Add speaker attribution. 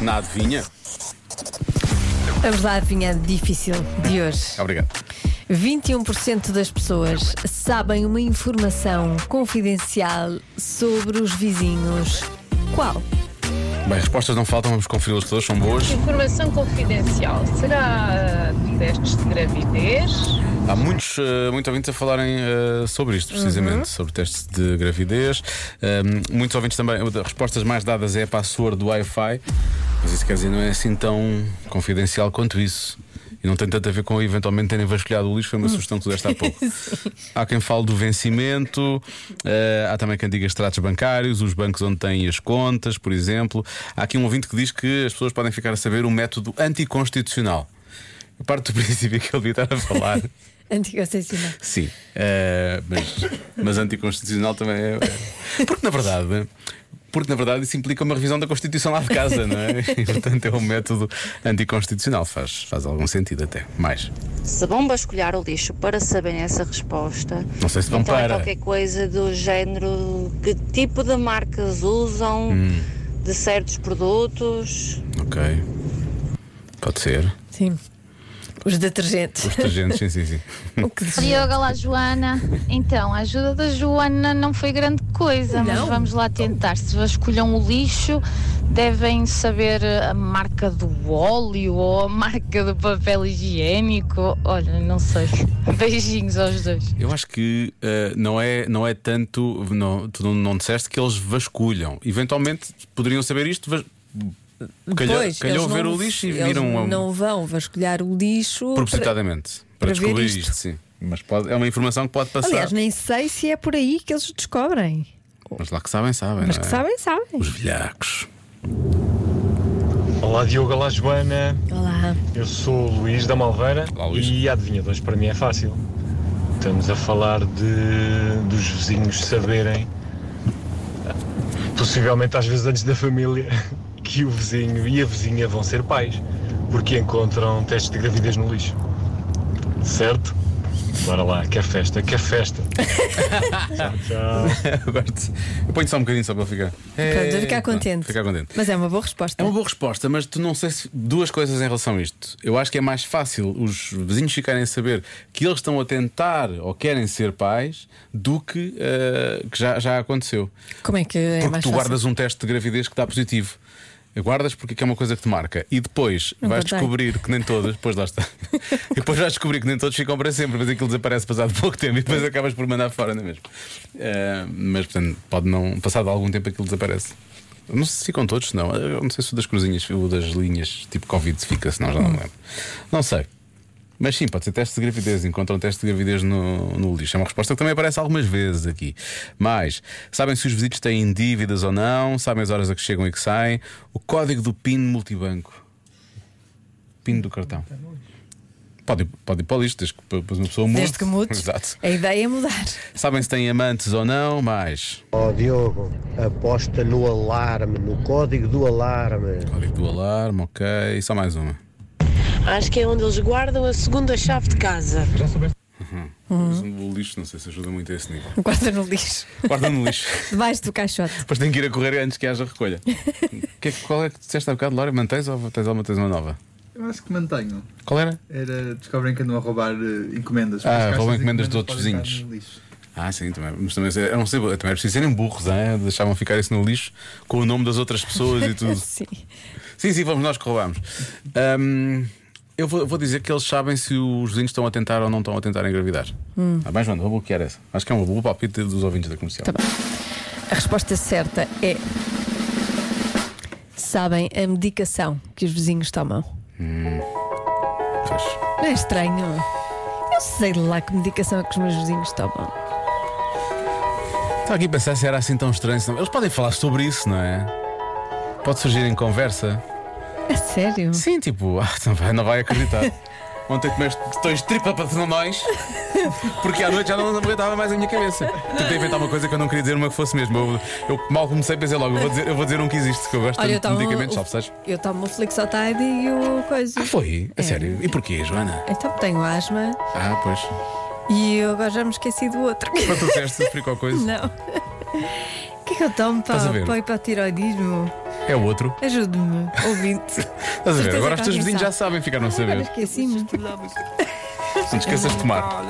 Speaker 1: Na adivinha?
Speaker 2: Vamos lá, adivinha difícil de hoje.
Speaker 1: Obrigado. É
Speaker 2: 21% das pessoas sabem uma informação confidencial sobre os vizinhos. Qual?
Speaker 1: Bem, respostas não faltam, vamos conferi-las todas, são boas.
Speaker 3: Informação confidencial. Será eh, testes de gravidez?
Speaker 1: Há muitos, eh, muito ouvintes a falarem eh, sobre isto, precisamente, sobre testes de gravidez. Ahm, muitos ouvintes também, uma das respostas mais dadas é a password do Wi-Fi, mas isso quer dizer, não é assim tão confidencial quanto isso. E não tem tanto a ver com eventualmente terem vasculhado o lixo, foi uma sugestão que tu deste há pouco. há quem fale do vencimento, eh, há também quem diga extratos bancários, os bancos onde têm as contas, por exemplo. Há aqui um ouvinte que diz que as pessoas podem ficar a saber um método anticonstitucional. Eu Parto do princípio que ele devia estar a falar.
Speaker 2: Anticoncepcional.
Speaker 1: Sim, eh, mas, mas anticonstitucional também é. é. Porque na verdade. Porque, na verdade, isso implica uma revisão da Constituição lá de casa, não é? E, portanto, é um método anticonstitucional. Faz, faz algum sentido até. Mais.
Speaker 4: Se vão vasculhar o lixo para saberem essa resposta,
Speaker 1: Não sei se vão
Speaker 4: então é
Speaker 1: para.
Speaker 4: qualquer coisa do género que tipo de marcas usam
Speaker 1: Hum.
Speaker 4: de certos produtos.
Speaker 1: Ok. Pode ser.
Speaker 2: Sim. Os detergentes.
Speaker 1: Os detergentes, sim, sim, sim.
Speaker 2: O que diz?
Speaker 5: Diogo, olá Joana. Então, a ajuda da Joana não foi grande coisa,
Speaker 2: Não?
Speaker 5: mas vamos lá tentar. Se vasculham o lixo, devem saber a marca do óleo ou a marca do papel higiênico. Olha, não sei. Beijinhos aos dois.
Speaker 1: Eu acho que eh, não, é, não é tanto. Não, tu não, não disseste que eles vasculham. Eventualmente poderiam saber isto. vas- Calhou,
Speaker 2: Pois,
Speaker 1: calhou
Speaker 2: eles
Speaker 1: ver
Speaker 2: não-
Speaker 1: o lixo e
Speaker 2: eles
Speaker 1: viram um uma-
Speaker 2: Não vão vasculhar o lixo. para-
Speaker 1: Propositadamente. Para,
Speaker 2: para ver
Speaker 1: descobrir isto.
Speaker 2: isto.
Speaker 1: sim. Mas pode- é uma informação que pode passar.
Speaker 2: Aliás, nem sei se é por aí que eles o descobrem.
Speaker 1: Mas lá que sabem, sabem.
Speaker 2: Mas
Speaker 1: não
Speaker 2: que
Speaker 1: é?
Speaker 2: sabem, sabem.
Speaker 1: Os velhacos.
Speaker 6: Olá Diogo, olá Joana,
Speaker 2: Olá.
Speaker 6: eu sou o Luís da Malveira
Speaker 1: Olá, Luís.
Speaker 6: e a adivinha de hoje para mim é fácil. Estamos a falar de dos vizinhos saberem, possivelmente às vezes antes da família, que o vizinho e a vizinha vão ser pais, porque encontram testes de gravidez no lixo. Certo? Bora lá, que é festa, que é festa. tchau, tchau.
Speaker 1: Eu gosto. Eu ponho só um bocadinho só para ficar.
Speaker 2: Pronto, eu ficar
Speaker 1: Pronto,
Speaker 2: contente.
Speaker 1: É, Ficar contente.
Speaker 2: Mas é uma boa resposta.
Speaker 1: É uma boa resposta, mas tu não sei se duas coisas em relação a isto. Eu acho que é mais fácil os vizinhos ficarem a saber que eles estão a tentar ou querem ser pais do que, eh, que já, já aconteceu.
Speaker 2: Como é que é
Speaker 1: porque
Speaker 2: mais
Speaker 1: tu
Speaker 2: fácil?
Speaker 1: guardas um teste de gravidez que dá positivo. Guardas porque é que é uma coisa que te marca. E depois
Speaker 2: Não
Speaker 1: vais
Speaker 2: guardei.
Speaker 1: descobrir que nem todas. Depois lá está. E depois vais descobrir que nem todos ficam para sempre, mas aquilo desaparece passado pouco tempo e depois acabas por mandar fora, não é mesmo? Eh, mas portanto, pode não. Passado algum tempo aquilo desaparece. Não sei se ficam todos, não. Eu não sei se o das cruzinhas ou das linhas tipo Covid se fica, senão já não me lembro. Não sei. Mas sim, pode ser teste de gravidez. Encontram teste de gravidez no, no lixo. É uma resposta que também aparece algumas vezes aqui. Mas sabem se os visitos têm dívidas ou não, sabem as horas a que chegam e que saem, o código do PIN multibanco. PIN do cartão. Pode, ir- pode ir para o lixo, desde que p- p- uma pessoa mude.
Speaker 2: Desde que mudes,
Speaker 1: Exato.
Speaker 2: a ideia é mudar.
Speaker 1: Sabem se têm amantes ou não, mas.
Speaker 7: Ó Diogo, aposta no alarme, no código do alarme.
Speaker 1: Código do alarme, ok. E só mais uma.
Speaker 8: Acho que é onde eles guardam a segunda chave de casa.
Speaker 1: O lixo, não sei se ajuda muito a esse nível.
Speaker 2: Guarda no lixo,
Speaker 1: Guarda no lixo.
Speaker 2: debaixo do caixote.
Speaker 1: Depois tenho que ir a correr antes que haja recolha. Que é que- qual é que disseste há bocado, Laura? Mantens ou tens alguma, tens uma nova?
Speaker 9: Eu acho que mantenho.
Speaker 1: Qual era?
Speaker 9: Era descobrem que andam a roubar eh, encomendas.
Speaker 1: Ah,
Speaker 9: As caixas
Speaker 1: roubam
Speaker 9: de
Speaker 1: encomendas de outros
Speaker 9: podem estar
Speaker 1: vizinhos.
Speaker 9: no lixo.
Speaker 1: Ah, sim, também. Mas também, eu não sei, também é preciso serem burros, hein? deixavam ficar isso no lixo com o nome das outras pessoas e tudo.
Speaker 2: Sim.
Speaker 1: sim, sim, vamos nós que roubámos. Ahm, eu vou, vou dizer que eles sabem se os vizinhos estão a tentar ou não estão a tentar engravidar. Ah, bem, Joana, vou bloquear essa. Acho que é um bom palpite dos ouvintes da comercial.
Speaker 2: Hum. Tá bem. A resposta certa é. Sabem a medicação que os vizinhos tomam.
Speaker 1: Pois.
Speaker 2: Não é estranho? Eu sei lá que medicação é que os meus vizinhos tomam.
Speaker 1: Estava Tá aqui a pensar se era assim tão estranho. se não- Eles podem falar sobre isso, não é? Pode surgir em conversa.
Speaker 2: É sério?
Speaker 1: Sim, tipo, ah, não vai, não vai acreditar. Ontem comeste dois tripa para nós, porque à noite já não aguentava mais a minha cabeça. Tentei inventar uma coisa que eu não queria dizer, uma que fosse mesmo. Eu, eu mal comecei, pensei logo, eu vou dizer, eu vou dizer um que existe, que eu gosto
Speaker 2: Olha, eu
Speaker 1: tanto de
Speaker 2: tomo.
Speaker 1: medicamentos,
Speaker 2: o-
Speaker 1: sabe, sabes?
Speaker 2: Eu tomo o Flixotide e o coisa.
Speaker 1: Ah, foi?
Speaker 2: É.
Speaker 1: A sério? E porquê, Joana?
Speaker 2: Então tenho asma
Speaker 1: Ah, pois.
Speaker 2: e eu agora já me esqueci do outro.
Speaker 1: Quando tu disseste, explicou a coisa.
Speaker 2: Não. O que é que eu tomo
Speaker 1: Estás a
Speaker 2: para,
Speaker 1: ver?
Speaker 2: para o hipotiroidismo?
Speaker 1: É o outro.
Speaker 2: Ajude-me, ouvinte.
Speaker 1: Estás a ver?
Speaker 2: Certeza
Speaker 1: Agora os teus
Speaker 2: que é alguém
Speaker 1: vizinhos
Speaker 2: sabe.
Speaker 1: já sabem, ficaram a
Speaker 2: Agora
Speaker 1: saber.
Speaker 2: esqueci-me.
Speaker 1: Não te esqueças de tomar.